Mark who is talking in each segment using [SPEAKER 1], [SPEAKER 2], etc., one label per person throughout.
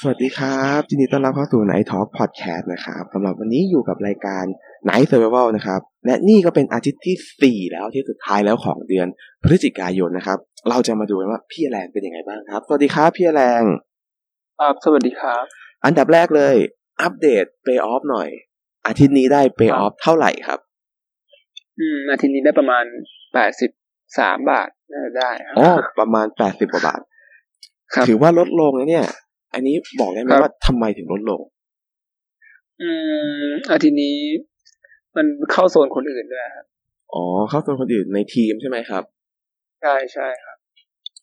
[SPEAKER 1] สวัสดีครับยินดีต้อนรับเข้าสู่ Night Talk Podcast นะครับสำหรับวันนี้อยู่กับรายการ Night Survival นะครับ และนี่ก็เป็นอาทิตย์ที่ 4 แล้วที่สุดท้ายแล้วของเดือนพฤศจิกายนนะครับ เราจะมาดูกันว่าพี่แรงเป็นยังไงบ้างครับ สวัสดีครับพี่แรง
[SPEAKER 2] ครับสวัสดีครับ
[SPEAKER 1] อันดับแรกเลย อัปเดต Pay Off หน่อย อาทิตย์นี้ได้ Pay Off เท่าไหร่ครับ
[SPEAKER 2] อืมอาทิตย์นี้ได้ประมาณแปดสิบสามบาทน่าจะได้ครับ
[SPEAKER 1] อ๋อ ประมาณ 80กว่าบาท
[SPEAKER 2] ครับ
[SPEAKER 1] ถือว่าลดลงนะเนี่ย อันนี้บอกได้ไหม
[SPEAKER 2] ครับ
[SPEAKER 1] ว่าทำไมถึงลดลง
[SPEAKER 2] อืมอาทิตย์นี้ มันเข้าโซนคนอื่นด้วยครับ
[SPEAKER 1] อ๋อ เข้าตัวคนอื่นในทีมใช่ไหมครับ
[SPEAKER 2] ใช่ใช่ครับ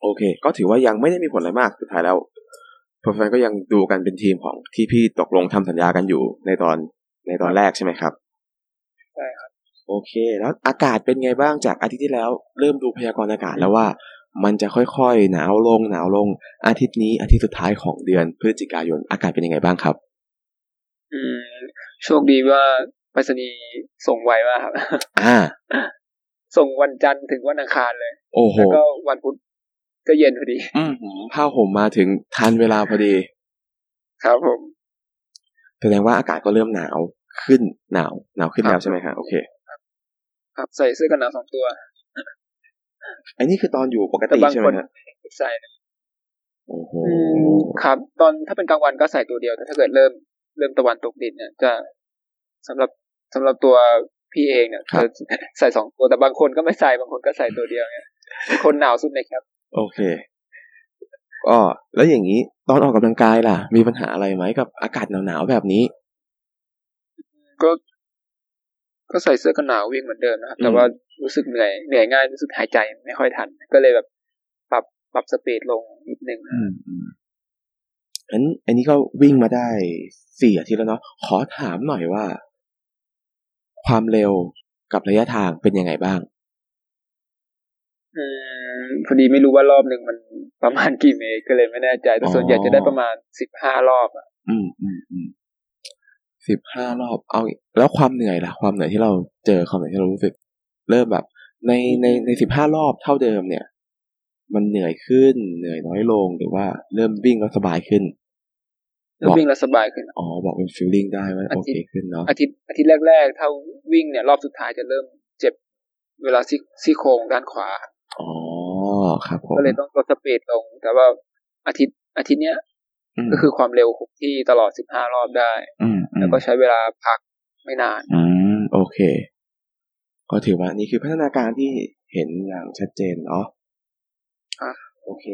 [SPEAKER 1] โอเค ก็ถือว่ายังไม่ได้มีผลอะไรมาก สุดท้ายแล้วพอแฟนก็ยังดูกันเป็นทีมของที่พี่ตกลงทำสัญญากันอยู่ในตอนในตอนแรกใช่ไหมครับ
[SPEAKER 2] ใช่ครับ
[SPEAKER 1] โอเค แล้วอากาศเป็นไงบ้างจากอาทิตย์ที่แล้ว เริ่มดูพยากรณ์อากาศแล้วว่า มันจะค่อยๆ หนาวลงหนาวลง อาทิตย์นี้อาทิตย์สุดท้ายของเดือนพฤศจิกายน อากาศเป็นยังไงบ้างครับ
[SPEAKER 2] อืม โชคดีว่าไปรษณีย์ส่งไวมากครับ
[SPEAKER 1] อ่า
[SPEAKER 2] ส่งวันจันทร์ถึงวันอังคารเลย
[SPEAKER 1] โอ้โห
[SPEAKER 2] แล้วก็วันพุธก็เย็นพอดี
[SPEAKER 1] อื้อหือผ้าห่มมาถึงทันเวลาพอดี
[SPEAKER 2] ครับผม
[SPEAKER 1] แสดงว่าอากาศก็เริ่มหนาวขึ้นหนาวหนาวขึ้นแล้วใช่ไหมครับโอเค
[SPEAKER 2] ครับใส่เสื้อกันหนาวสองตัว
[SPEAKER 1] อันนี้คือตอนอยู่ปก
[SPEAKER 2] แต่
[SPEAKER 1] ติ
[SPEAKER 2] บาง
[SPEAKER 1] ใช่ไห
[SPEAKER 2] ค
[SPEAKER 1] ม
[SPEAKER 2] น
[SPEAKER 1] ฮะ
[SPEAKER 2] ใส่นะ
[SPEAKER 1] โอ้โห
[SPEAKER 2] อืมครับ ตอนถ้าเป็นกลางวันก็ใส่ตัวเดียวแต่ถ้าเกิดเริ่มเริ่มตะวันตกดินเนี่ย จะสำหรับสำหรับตัวพี่เองเนี่ยจะใส่สองตัวแต่บางคนก็ไม่ใส่บางคนก็ใส่ตัวเดียวเนี่ยคนหนาวสุดในแคมป์
[SPEAKER 1] โอเคก็แล้วอย่างนี้ตอนออกกำลังกายล่ะ มีปัญหาอะไรไหมกับอากาศหนาวๆแบบนี้
[SPEAKER 2] ก็ก็ใส่เสื้อกันหนาววิ่งเหมือนเดิมนะครับ แต่
[SPEAKER 1] อืม
[SPEAKER 2] ว่ารู้สึกเหนื่อยเหนื่อยง่ายรู้สึกหายใจไม่ค่อยทัน ก็เลยแบบปรับปรับสปีดลงนิดนึง
[SPEAKER 1] อืมอืมอันอันนี้ก็วิ่งมาได้สี่อาทิตย์แล้วเนาะขอถามหน่อยว่า ความเร็วกับระยะทางเป็นยังไงบ้าง
[SPEAKER 2] อืมพอดีไม่รู้ว่ารอบหนึ่งมันประมาณกี่เมตรก็เลยไม่แน่ใจแต่
[SPEAKER 1] อ๋อ
[SPEAKER 2] ส่วนใหญ่จะได้ประมาณสิบห้ารอบอะ
[SPEAKER 1] อืมอืมอืมสิบห้ารอบเอาแล้วความเหนื่อยล่ะ ความเหนื่อยที่เราเจอความเหนื่อยที่เรารู้สึก เริ่มแบบ ในในในสิบห้ารอบเท่าเดิมเนี่ย มันเหนื่อยขึ้น เหนื่อยน้อยลงหรือว่าเริ่มวิ่งแล้วสบายขึ้น
[SPEAKER 2] แล้ว
[SPEAKER 1] บอก
[SPEAKER 2] วิ่งแล้วสบายขึ้น
[SPEAKER 1] อ๋อบอกเป็นฟิลลิ่งได้ว่า
[SPEAKER 2] อา
[SPEAKER 1] โอ
[SPEAKER 2] ทิ
[SPEAKER 1] เค
[SPEAKER 2] ตย์
[SPEAKER 1] ขึ้นเนาะ
[SPEAKER 2] อาทิตย์อาทิตย์แรกๆถ้าวิ่งเนี่ยรอบสุดท้ายจะเริ่มเจ็บเวลาซี่ซี่โครงด้านขวา
[SPEAKER 1] อ๋อครับผม
[SPEAKER 2] ก็เลยต้องลดสปีดลง แต่ว่าอาทิตย์อาทิตย์เนี้ย
[SPEAKER 1] ม
[SPEAKER 2] ก็คือความเร็วคงที่ตลอดสิบห้ารอบได้
[SPEAKER 1] มอืม
[SPEAKER 2] แล้วก็ใช้เวลาพักไม่นาน
[SPEAKER 1] อืมโอเค ก็ถือว่านี่คือพัฒนาการที่เห็นอย่างชัดเจนเนาะ
[SPEAKER 2] อ่ะ
[SPEAKER 1] โอเค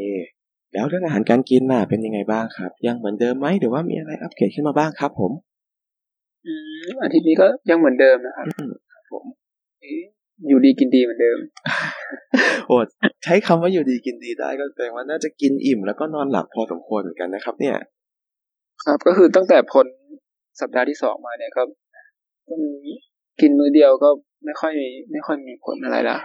[SPEAKER 1] แล้วเรื่องอาหารการกินน่ะเป็นยังไงบ้างครับ ยังเหมือนเดิมไหมหรือว่ามีอะไรอัปเกรดขึ้นมาบ้างครับ ผม
[SPEAKER 2] อืมอาทิตย์นี้ก็ยังเหมือนเดิมนะครับ
[SPEAKER 1] อืม
[SPEAKER 2] ผมอยู่ดีกินดีเหมือนเดิม
[SPEAKER 1] โอดใช้คำว่าอยู่ดีกินดีได้ก็แสดงว่าน่าจะกินอิ่มแล้วก็นอนหลับพอสมควรเหมือนกันนะครับ เนี่ย
[SPEAKER 2] ครับก็คือตั้งแต่พ้นสัปดาห์ที่สองมาเนี่ยครับก็มีกินมื้อเดียวก็ไม่ค่อยไม่ค่อยมีผลอะไรละ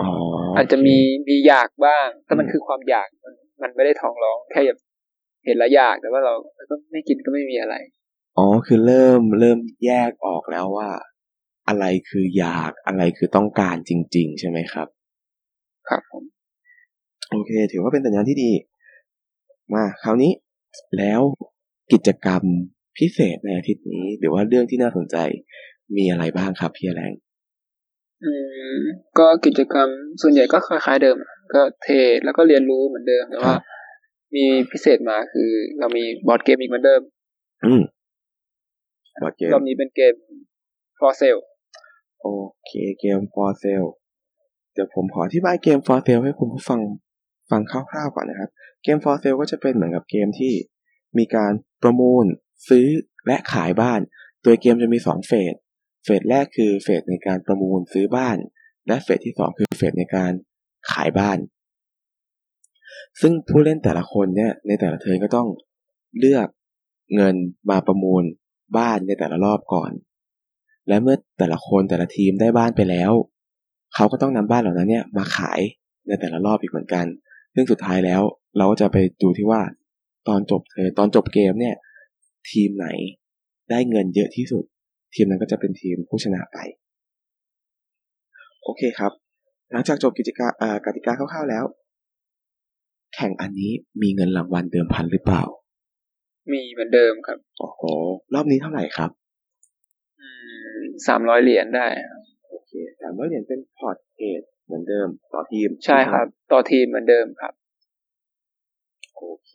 [SPEAKER 1] อ๋อ
[SPEAKER 2] อาจจะมีมีอยากบ้างแต่มัน
[SPEAKER 1] อืม
[SPEAKER 2] คือความอยากมันมันไม่ได้ท้องร้อง แค่แบบเห็นแล้วอยากแต่ว่าเราก็ไม่กินก็ไม่มีอะไร
[SPEAKER 1] อ๋อคือเริ่มเริ่มแยกออกแล้วว่า อะไรคืออยากอะไรคือต้องการจริง ๆ ใช่ไหมครับ
[SPEAKER 2] ครับผม
[SPEAKER 1] โอเค ถือว่าเป็นสัญญาณที่ดี มาคราวนี้ แล้วกิจกรรมพิเศษในอาทิตย์นี้ หรือว่าเรื่องที่น่าสนใจมีอะไรบ้างครับพี่แรง
[SPEAKER 2] อืมก็กิจกรรมส่วนใหญ่ก็คล้ายๆเดิม ก็เทรดแล้วก็เรียนรู้เหมือนเดิมแต่ว่า มีพิเศษมาคือ เรามีบอร์ดเกมอีกเหมือนเดิม
[SPEAKER 1] อืมบอร์ดเกม
[SPEAKER 2] รอบนี้เป็นเกม for sale
[SPEAKER 1] โอเคเกม for sale เดี๋ยวผมขออธิบายเกม for sale ให้คุณผู้ฟังฟังคร่าวๆก่อนนะครับ เกม for sale ก็จะเป็นเหมือนกับเกมที่มีการประมูล ซื้อและขายบ้าน ตัวเกมจะมีสองเฟส เฟสแรกคือเฟสในการประมูลซื้อบ้าน และเฟสที่สองคือเฟสในการขายบ้าน ซึ่งผู้เล่นแต่ละคนเนี่ยในแต่ละเทิร์นก็ต้องเลือกเงินมาประมูลบ้านในแต่ละรอบก่อน และเมื่อแต่ละคนแต่ละทีมได้บ้านไปแล้ว เขาก็ต้องนำบ้านเหล่านั้นเนี่ยมาขายในแต่ละรอบอีกเหมือนกัน ซึ่งสุดท้ายแล้วเราก็จะไปดูที่ว่า ตอนจบเธอตอนจบเกมเนี่ย ทีมไหนได้เงินเยอะที่สุด ทีมนั้นก็จะเป็นทีมผู้ชนะไป โอเคครับ หลังจากจบกิจกาเอ่อกติกาคร่าวๆแล้ว แข่งอันนี้มีเงินรางวัลเดิมพันหรือเปล่า
[SPEAKER 2] มีเหมือนเดิมครับ
[SPEAKER 1] โอ้โห รอบนี้เท่าไหร่ครับ
[SPEAKER 2] อืมสามร้อยเหรียญได้
[SPEAKER 1] โอเคสามร้อยเหรียญเป็นพอร์ตเทรดเหมือนเดิมต่อทีม
[SPEAKER 2] ใช่ครับ ต่อทีมเหมือนเดิมครับ
[SPEAKER 1] โอเค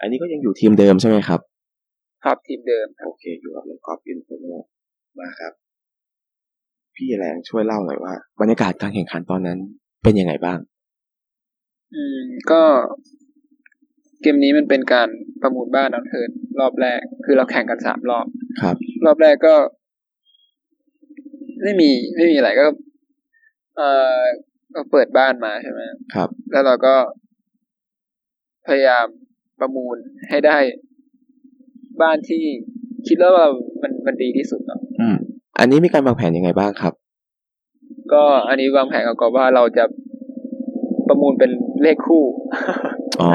[SPEAKER 1] อันนี้ก็ยังอยู่ทีมเดิมใช่ไหมครับ
[SPEAKER 2] ครับทีมเดิมครับ
[SPEAKER 1] โอเค อยู่กับเรื่องกอล์ฟอินโฟโมมาครับ พี่แรงช่วยเล่าหน่อยว่า บรรยากาศการแข่งขันตอนนั้นเป็นยังไงบ้าง
[SPEAKER 2] อืมก็เกมนี้มันเป็นการประมูลบ้านเอาเทิร์นรอบแรก คือเราแข่งกันสามรอบ
[SPEAKER 1] ครับ
[SPEAKER 2] รอบแรกก็ ไม่มีไม่มีอะไรก็ เออก็เปิดบ้านมาใช่ไหม
[SPEAKER 1] ครับ
[SPEAKER 2] แล้วเราก็พยายามประมูลให้ได้บ้านที่คิดแล้วว่ามันมันดีที่สุดเนาะ
[SPEAKER 1] อืม อันนี้มีการวางแผนยังไงบ้างครับ
[SPEAKER 2] ก็อันนี้วางแผนกับกอฟว่าเราจะประมูลเป็นเลขคู่
[SPEAKER 1] อ๋อ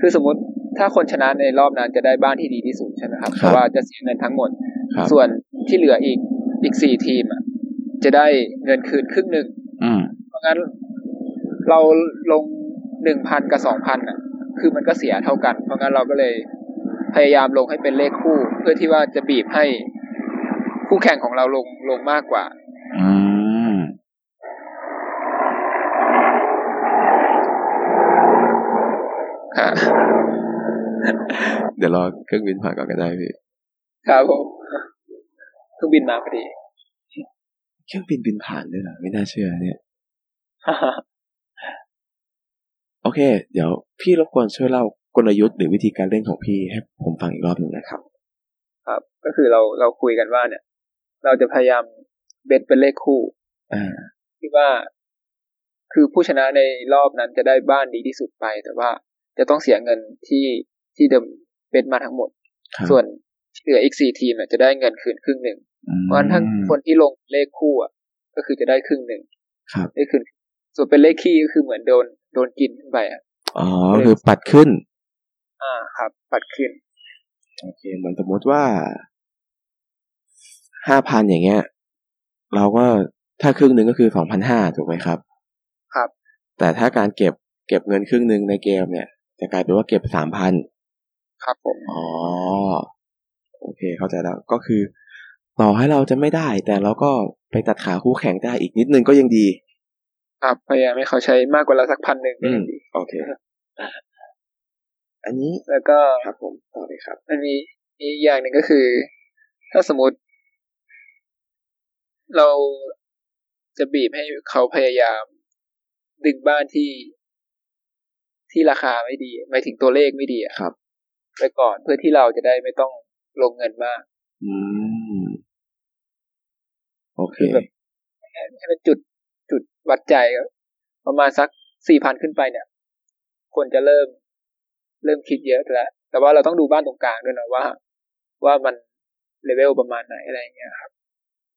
[SPEAKER 2] คือสมมติถ้าคนชนะในรอบนั้นจะได้บ้านที่ดีที่สุดใช่ไหมครับ
[SPEAKER 1] ครับ
[SPEAKER 2] แต่ว่าจะเสียเงินทั้งหมด
[SPEAKER 1] ครับ
[SPEAKER 2] ส่วนที่เหลืออีกอีกสี่ทีมอะจะได้เงินคืนครึ่งหนึ่ง
[SPEAKER 1] อืม
[SPEAKER 2] เพราะงั้นเราลงหนึ่งพันกับสองพันอ่ะ คือมันก็เสียเท่ากัน เพราะงั้นเราก็เลยพยายามลงให้เป็นเลขคู่ เพื่อที่ว่าจะบีบให้คู่แข่งของเราลงลงมากกว่า
[SPEAKER 1] อืม
[SPEAKER 2] ครับ
[SPEAKER 1] เดี๋ยวรอเครื่องบินผ่านก่อนก็ได้พี่
[SPEAKER 2] ครับผมเครื่องบินมาพอดี
[SPEAKER 1] เครื่องบินบินผ่านด้วยเหรอไม่น่าเชื่อเนี่ย โอเค เดี๋ยวพี่รบกวนช่วยเล่ากลยุทธ์หรือวิธีการเล่นของพี่ให้ผมฟังอีกรอบหนึ่งนะครับ
[SPEAKER 2] ครับ ก็คือเราเราคุยกันว่าเนี่ย เราจะพยายามเบ็ดเป็นเลขคู่
[SPEAKER 1] อ่า
[SPEAKER 2] ที่ว่าคือผู้ชนะในรอบนั้นจะได้บ้านดีที่สุดไป แต่ว่าจะต้องเสียเงินที่ที่เดิมเป็นมาทั้งหมด
[SPEAKER 1] ครับ
[SPEAKER 2] ส่วนที่เหลืออีกสี่ทีมเนี่ยจะได้เงินคืนครึ่งหนึ่งเพราะฉะนั้นถ้าคนที่ลงเลขคู่อ่ะก็คือจะได้ครึ่งหนึ่ง
[SPEAKER 1] ครับ
[SPEAKER 2] ได้คืนส่วนเป็นเลขคี่ก็คือเหมือนโดนโดนกินขึ้นไปอ่ะ
[SPEAKER 1] อ๋อ คือปัดขึ้น
[SPEAKER 2] อ่าครับ ปัดขึ้น
[SPEAKER 1] โอเค เหมือนสมมติว่าห้าพันอย่างเงี้ย เราก็ถ้าครึ่งหนึ่งก็คือสองพันห้าถูกไหมครับ
[SPEAKER 2] ครับ
[SPEAKER 1] แต่ถ้าการเก็บเก็บเงินครึ่งหนึ่งในเกมเนี่ย จะกลายเป็นว่าเก็บสามพัน
[SPEAKER 2] ครับผม
[SPEAKER 1] อ๋อ โอเค เข้าใจแล้ว ก็คือ ต่อให้เราจะไม่ได้ แต่เราก็ไปตัดขาคู่แข่งได้อีกนิดนึงก็ยังดี
[SPEAKER 2] ครับพยายามให้เขาใช้มากกว่าเราสักพันหนึ่งก็
[SPEAKER 1] อืม
[SPEAKER 2] ยังดี
[SPEAKER 1] โอเค อันนี้
[SPEAKER 2] แล้วก็
[SPEAKER 1] ครับผมต่อเลยครับ
[SPEAKER 2] มันมีมีอีกอย่างหนึ่งก็คือ ถ้าสมมติ เราจะบีบให้เขาพยายาม ดึงบ้านที่ที่ราคาไม่ดีหมายถึงตัวเลขไม่ดีอะ
[SPEAKER 1] ครับ
[SPEAKER 2] ไปก่อนเพื่อที่เราจะได้ไม่ต้องลงเงินมาก
[SPEAKER 1] อืม โอเค
[SPEAKER 2] คือแบบ ให้เป็นจุดจุดวัดใจครับประมาณสักสี่พันขึ้นไปเนี่ยควรจะเริ่ม เริ่มคิดเยอะแล้วแต่ว่าเราต้องดูบ้านตรงกลางด้วยนะว่า ว่ามันเลเวลประมาณไหนอะไรอย่างเงี้ย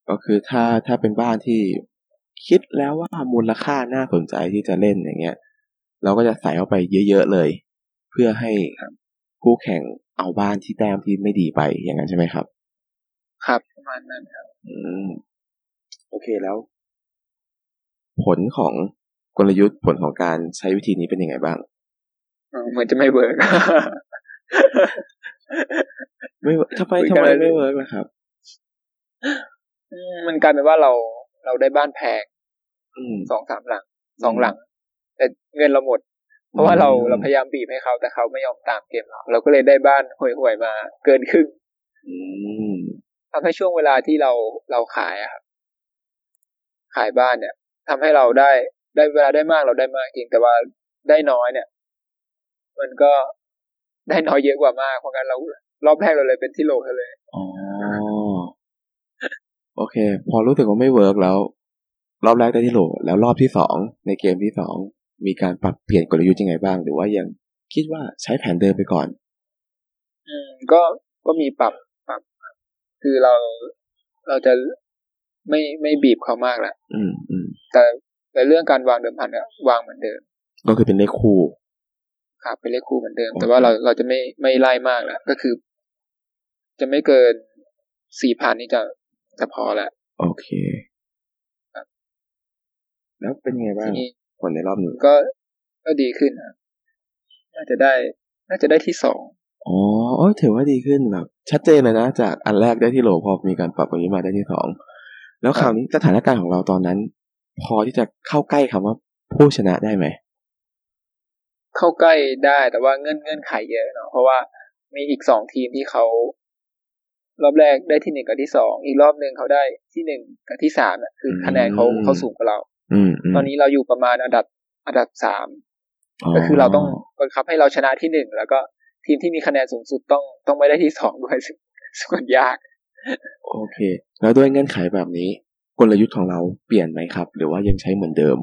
[SPEAKER 1] ก็คือถ้าถ้าเป็นบ้านที่คิดแล้วว่ามูลค่าน่าสนใจที่จะเล่นอย่างเงี้ย เราก็จะใส่เข้าไปเยอะๆเลย เพื่อให้คู่แข่งเอาบ้านที่แต้มที่ไม่ดีไปอย่างนั้นใช่ไหมครับ
[SPEAKER 2] ครับประมาณนั้นครับ
[SPEAKER 1] อืม โอเคแล้ว ผลของกลยุทธ์ผลของการใช้วิธีนี้เป็นยังไงบ้าง
[SPEAKER 2] อ๋อเหมือนจะไม่เวิร์ก
[SPEAKER 1] ไม่เวิร์กทำไม
[SPEAKER 2] คุย
[SPEAKER 1] ทำ
[SPEAKER 2] กัน
[SPEAKER 1] ไม
[SPEAKER 2] เลย
[SPEAKER 1] ไม่เวิร์กนะครับ
[SPEAKER 2] อืมมันกลายเป็นว่าเราเราได้บ้านแพง
[SPEAKER 1] อืม
[SPEAKER 2] สองสามหลังสองหลัง แต่เงินเราหมด เพราะว่าเราเราพยายามบีบให้เขาแต่เขาไม่ยอมตามเกมเราเราก็เลยได้บ้านห่วยๆมาเกินครึ่ง
[SPEAKER 1] อืม
[SPEAKER 2] ทำให้ช่วงเวลาที่เราเราขายอะครับขายบ้านเนี่ยทำให้เราได้ได้เวลาได้มากเราได้มากจริงแต่ว่าได้น้อยเนี่ย มันก็ได้น้อยเยอะกว่ามากเพราะงั้นเรารอบแรกเราเลยเป็นที่โหลเขาเลย
[SPEAKER 1] อ๋อ โอเค พอรู้สึกว่าไม่เวิร์กแล้ว รอบแรกได้ที่โหล แล้วรอบที่สองในเกมที่สองมีการปรับเปลี่ยนกลยุทธ์ยังไงบ้าง หรือว่ายังคิดว่าใช้แผนเดิมไปก่อน
[SPEAKER 2] อืมก็ก็มีปรับปรับคือเราเราจะไม่ไม่บีบเขามากแล้ว
[SPEAKER 1] อืมอืม
[SPEAKER 2] แต่แต่เรื่องการวางเดิมพันก็วางเหมือนเดิม
[SPEAKER 1] ก็คือเป็นเลขคู่
[SPEAKER 2] ครับเป็นเลขคู่เหมือนเดิม
[SPEAKER 1] โอเค
[SPEAKER 2] แต่ว่าเราเราจะไม่ไม่ไล่มากแล้วก็คือ จะไม่เกินสี่พันนี่จะจะพอแล้ว
[SPEAKER 1] โอเค แล้วเป็นยังไงบ้า
[SPEAKER 2] ที
[SPEAKER 1] ง
[SPEAKER 2] นี้
[SPEAKER 1] ผลในรอบนี้
[SPEAKER 2] ก็ก็ดีขึ้นครับน่าจะได้ น่าจะได้ที่สอง
[SPEAKER 1] อ๋อเอ้ยถือว่าดีขึ้นแบบ ชัดเจนเลยนะ จากอันแรกได้ที่โหลพอมีการปรับอย่างนี้มาได้ที่สองแล้วคราวนี้สถานการณ์ของเราตอนนั้น พอที่จะเข้าใกล้คำว่าผู้ชนะได้ไหม
[SPEAKER 2] เข้าใกล้ได้แต่ว่าเงื่อนเงื่อนไขเยอะเนาะเพราะว่ามีอีกสองทีมที่เขารอบแรกได้ที่หนึ่งกับที่สองอีกรอบหนึ่งเขาได้ที่หนึ่งกับที่สามน่ะคือคะแนนเขาเขาสูงกว่าเรา
[SPEAKER 1] อืมม
[SPEAKER 2] ตอนนี้เราอยู่ประมาณอันดับอันดับสามก็คือเราต้องบังคับให้เราชนะที่หนึ่งแล้วก็ทีมที่มีคะแนนสูงสุดต้องต้องไม่ได้ที่สองด้วย ซึ่งส่วนยาก
[SPEAKER 1] โอเค แล้วด้วยเงื่อนไขแบบนี้ กลยุทธ์ของเราเปลี่ยนไหมครับ หรือว่ายังใช้เหมือนเดิม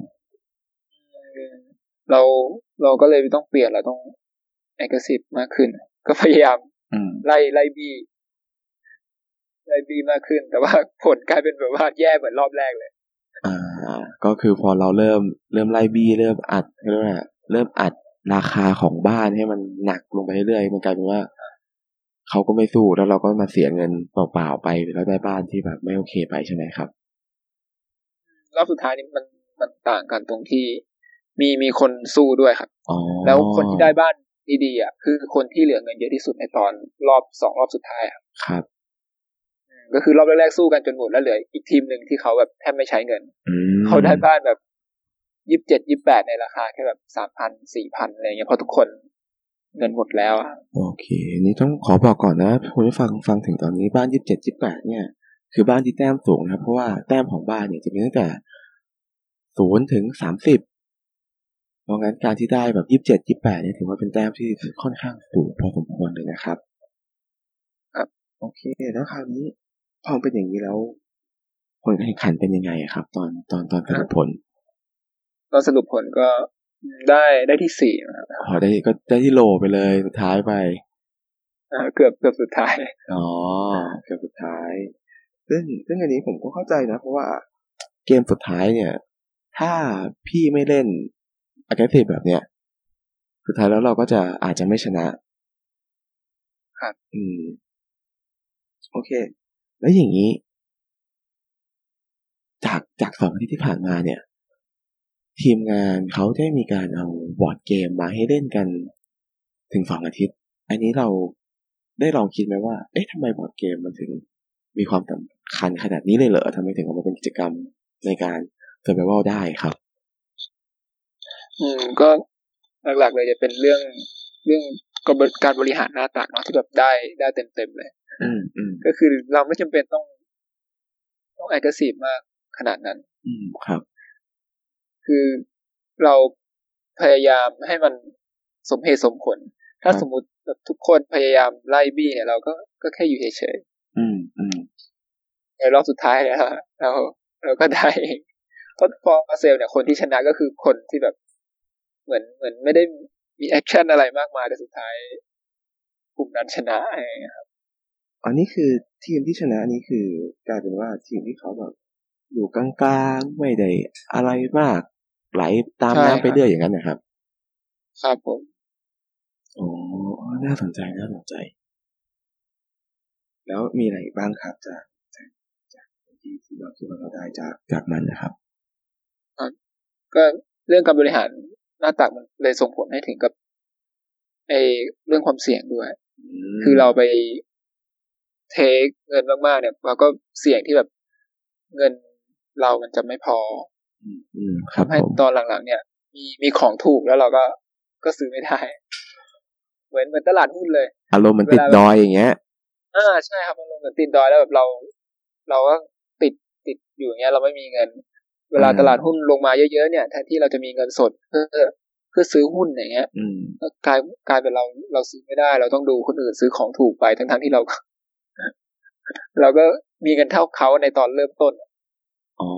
[SPEAKER 2] เราเราก็เลยต้องเปลี่ยนเราต้องเอกสิบมากขึ้น ก็พยายาม
[SPEAKER 1] อืม
[SPEAKER 2] ไล่ไล่บีไล่บีมากขึ้น แต่ว่าผลกลายเป็นแบบว่าแย่เหมือนรอบแรกเลย
[SPEAKER 1] อ่าก็คือพอเราเริ่มเริ่มไล่บี้เริ่มอัดเรียกว่าอะไรเริ่มอัดราคาของบ้านให้มันหนักลงไปเรื่อยๆมันกลายเป็นว่าเขาก็ไม่สู้แล้วเราก็มาเสียเงินเปล่าๆไปแล้วได้บ้านที่แบบไม่โอเคไปใช่ไหมครับ
[SPEAKER 2] รอบสุดท้ายนี่มันมันต่างกันตรงที่มีมีคนสู้ด้วยครับ
[SPEAKER 1] อ๋อ
[SPEAKER 2] แล้วคนที่ได้บ้านดีๆอ่ะคือคนที่เหลือเงินเยอะที่สุดในตอนรอบสองรอบสุดท้ายอะ
[SPEAKER 1] ครับ
[SPEAKER 2] ก็คือรอบแรกๆสู้กันจนหมดแล้วเหลืออีกทีมหนึ่งที่เขาแบบแทบไม่ใช้เงิน
[SPEAKER 1] อืม
[SPEAKER 2] เขาได้บ้านแบบยี่สิบเจ็ดยี่แปดในราคาแค่แบบสามพันสี่พันอะไรเงี้ยเพราะทุกคนเงินหมดแล้วอะ
[SPEAKER 1] โอเค นี่ต้องขอบอกก่อนนะคุณผู้ฟังฟังถึงตอนนี้บ้านยี่สิบเจ็ดยี่แปดเนี่ย คือบ้านที่แต้มสูงนะครับ เพราะว่าแต้มของบ้านเนี่ยจะมีตั้งแต่ศูนย์ถึงสามสิบเพราะงั้นการที่ได้แบบยี่สิบเจ็ดยี่แปดเนี่ยถือว่าเป็นแต้มที่ค่อนข้างสูงพอสมควรเลยนะครับครับโอเค แล้วคราวนี้พอเป็นอย่างนี้แล้วผลการแข่งขันเป็นยังไงอะครับ ตอนตอนตอนสรุปผล
[SPEAKER 2] ตอนสรุปผลก็ได้ได้ที่สี่นะครับ
[SPEAKER 1] พอได้ก็ได้ที่โหลไปเลยสุดท้ายไป
[SPEAKER 2] อ่าเกือบเกือบสุดท้าย
[SPEAKER 1] อ๋อเกมสุดท้าย ซึ่งซึ่งอันนี้ผมก็เข้าใจนะ เพราะว่าเกมสุดท้ายเนี่ย ถ้าพี่ไม่เล่นอ g ก e s s i v e แบบเนี้ย สุดท้ายแล้วเราก็จะอาจจะไม่ชนะครับ อืม โอเค แล้วอย่างนี้ จากจากสองอาทิตย์ที่ผ่านมาเนี่ย ทีมงานเขาได้มีการเอาบอร์ดเกมมาให้เล่นกันถึงสองอาทิตย์ อันนี้เราได้ลองคิดไหมว่า เอ๊ะทำไมบอร์ดเกมมันถึงมีความสำคัญขนาดนี้เลยเหรอทำไมถึงเอามาเป็นกิจกรรมในการเซอร์ไ a วัลได้ครับ
[SPEAKER 2] อืมก็หลักๆเลยจะเป็นเรื่องเรื่องกระบวนการบริหารหน้าตักเนาะที่แบบได้ได้เต็มๆเลย
[SPEAKER 1] อืมอืม
[SPEAKER 2] ก็คือเราไม่จำเป็นต้อง ต้องแอคทีฟมากขนาดนั้น
[SPEAKER 1] อืมครับ
[SPEAKER 2] คือเราพยายามให้มันสมเหตุสมผล ถ้า
[SPEAKER 1] ครับ
[SPEAKER 2] สมมติแบบทุกคนพยายามไล่บี้เนี่ยเราก็ก็แค่อยู่เฉย
[SPEAKER 1] อืมอืม
[SPEAKER 2] ๆในรอบสุดท้ายแล้วเราเราก็ได้เองเพราะฟอร์เซลเนี่ยคนที่ชนะก็คือคนที่แบบเหมือนเหมือนไม่ได้มีแอคชั่นอะไรมากมายแต่สุดท้ายกลุ่มนั้นชนะอะไรอย่างเงี้ยครับ
[SPEAKER 1] อันนี้คือทีมที่ชนะนี่คือกลายเป็นว่าทีมที่เขาแบบอยู่กลางๆไม่ได้อะไรมาก ไหลตามน้ำไปเรื่อยอย่างนั้นนะครับ
[SPEAKER 2] ครับผม
[SPEAKER 1] อ๋อ น่าสนใจ น่าสนใจ แล้วมีอะไรอีกบ้างครับจากจากจากที่ที่เราคิดว่าเราได้จากจากมันนะครับ
[SPEAKER 2] ก็เรื่องการบริหารหน้าตักมันเลยส่งผลให้ถึงกับไอเรื่องความเสี่ยงด้วย คือเราไปเทคเงินมากๆเนี่ยเราก็เสี่ยงที่แบบเงินเรามันจะไม่พอ
[SPEAKER 1] อืมครับ
[SPEAKER 2] ทำให้
[SPEAKER 1] ผม
[SPEAKER 2] ตอนหลังๆ เนี่ย มีมีของถูกแล้วเราก็ก็ซื้อไม่ได้ เหมือนเหมือนตลาดหุ้นเลย
[SPEAKER 1] อารมณ์มันติดดอยอย่างเงี้ย
[SPEAKER 2] อ่าใช่ครับมันลงเหมือนติดดอยแล้วแบบเรา เราก็ติดติดอยู่อย่างเงี้ย เราไม่มีเงิน เวลา
[SPEAKER 1] อืม
[SPEAKER 2] ตลาดหุ้นลงมาเยอะๆเนี่ยแทนที่เราจะมีเงินสดเพื่อเพื่อซื้อหุ้นอย่างเงี้ย
[SPEAKER 1] อืม
[SPEAKER 2] ก็กลายกลายเป็นเราเราซื้อไม่ได้ เราต้องดูคนอื่นซื้อของถูกไปทั้งทั้งๆที่เรา ก็ เราก็มีเงินเท่าเขาในตอนเริ่มต้น
[SPEAKER 1] อ๋อ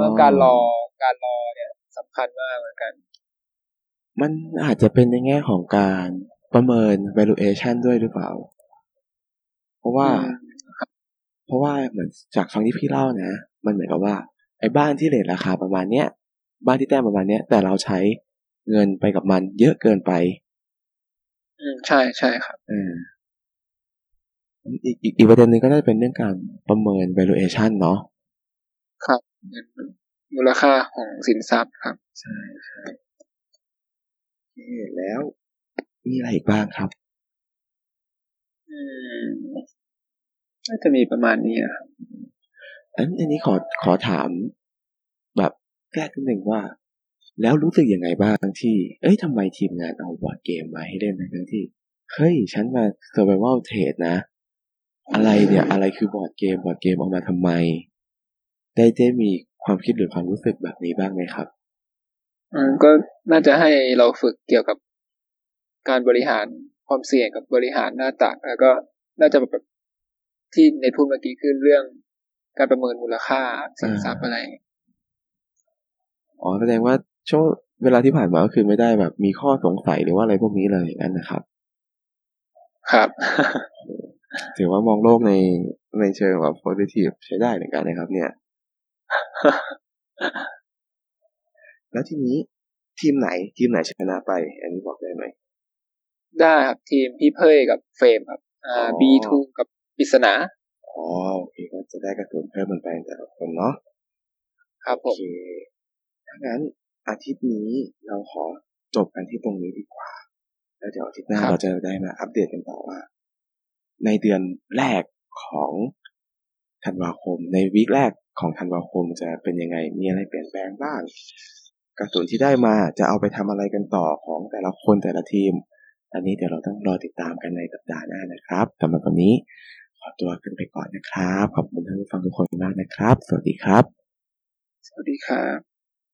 [SPEAKER 2] แล้วการรอการรอเนี่ยสำคัญมากเหมือนกัน
[SPEAKER 1] มันอาจจะเป็นในแง่ของการประเมิน valuation ด้วยหรือเปล่า เพราะว่า
[SPEAKER 2] อืม
[SPEAKER 1] เพราะว่าเหมือนจากฟังที่พี่เล่านะ มันเหมือนกับว่า ไอ้บ้านที่เลทราคาประมาณเนี้ย บ้านที่แต้มประมาณเนี้ย แต่เราใช้เงินไปกับมันเยอะเกินไป
[SPEAKER 2] อืมใช่ใช่ครับ
[SPEAKER 1] เอออีกอีกอีกประเด็นหนึ่งก็น่าจะเป็นเรื่องการประเมิน valuation เนาะ
[SPEAKER 2] เงินมูลค่าของสินทรัพย์ครับ
[SPEAKER 1] แล้ว มีอะไรอีกบ้างครับ
[SPEAKER 2] อืมน่าจะมีประมาณนี้อะ
[SPEAKER 1] อันอันนี้ขอขอถาม แบบแรกนิดหนึ่งว่า แล้วรู้สึกยังไงบ้างที่ เอ้ยทำไมทีมงานเอาบอร์ดเกมมาให้เล่นทั้งๆที่ เฮ้ย ฉันมา survival trade นะ อะไรเนี่ย อะไรคือบอร์ดเกม บอร์ดเกมเอามาทำไม ได้ได้มีความคิดหรือความรู้สึกแบบนี้บ้างไหมครับ
[SPEAKER 2] อืมก็น่าจะให้เราฝึกเกี่ยวกับการบริหารความเสี่ยงกับบริหารหน้าต่างแล้วก็น่าจะแบบที่ในพูดเมื่อกี้คือเรื่องการประเมินมูลค่าสินทรัพย์อะไร
[SPEAKER 1] อ๋อแสดงว่าช่วงเวลาที่ผ่านมาก็คือไม่ได้แบบ มีข้อสงสัยหรือว่าอะไรพวกนี้เลยอย่างนั้นนะครับ
[SPEAKER 2] ครับ
[SPEAKER 1] ถือว่ามองโลกในในเชิงแบบ positive ใช้ได้เหมือนกันนะครับ เนี่ย แล้วทีนี้ทีมไหนทีมไหนชนะไป อันนี้บอกได้ไหม
[SPEAKER 2] ได้ครับทีมพี่เพยกับเฟรมครับ อ่า
[SPEAKER 1] อ๋อ
[SPEAKER 2] บีทูกับปริศนา
[SPEAKER 1] อ๋อโอเคก็จะได้กระสุนเพิ่มมันไปแต่ละคนเนาะ
[SPEAKER 2] ครับผ
[SPEAKER 1] โอ
[SPEAKER 2] ม
[SPEAKER 1] เคถ้างั้นอาทิตย์นี้เราขอจบกันที่ตรงนี้ดีกว่า แล้วเดี๋ยวอาทิตย์หน้าเราจะได้มาอัปเดตกันต่อว่า ในเดือนแรกของธันวาคม ในวีคแรกของธันวาคมจะเป็นยังไง มีอะไรเปลี่ยนแปลงบ้าง กระสุนที่ได้มาจะเอาไปทำอะไรกันต่อของแต่ละคนแต่ละทีม อันนี้เดี๋ยวเราต้องรอติดตามกันในสัปดาห์หน้านะครับสำหรับวันนี้ ขอตัวกันไปก่อนนะครับ ขอบคุณท่านผู้ฟังทุกคนมากนะครับ สวัสดีครับ
[SPEAKER 2] สวัสดีครับ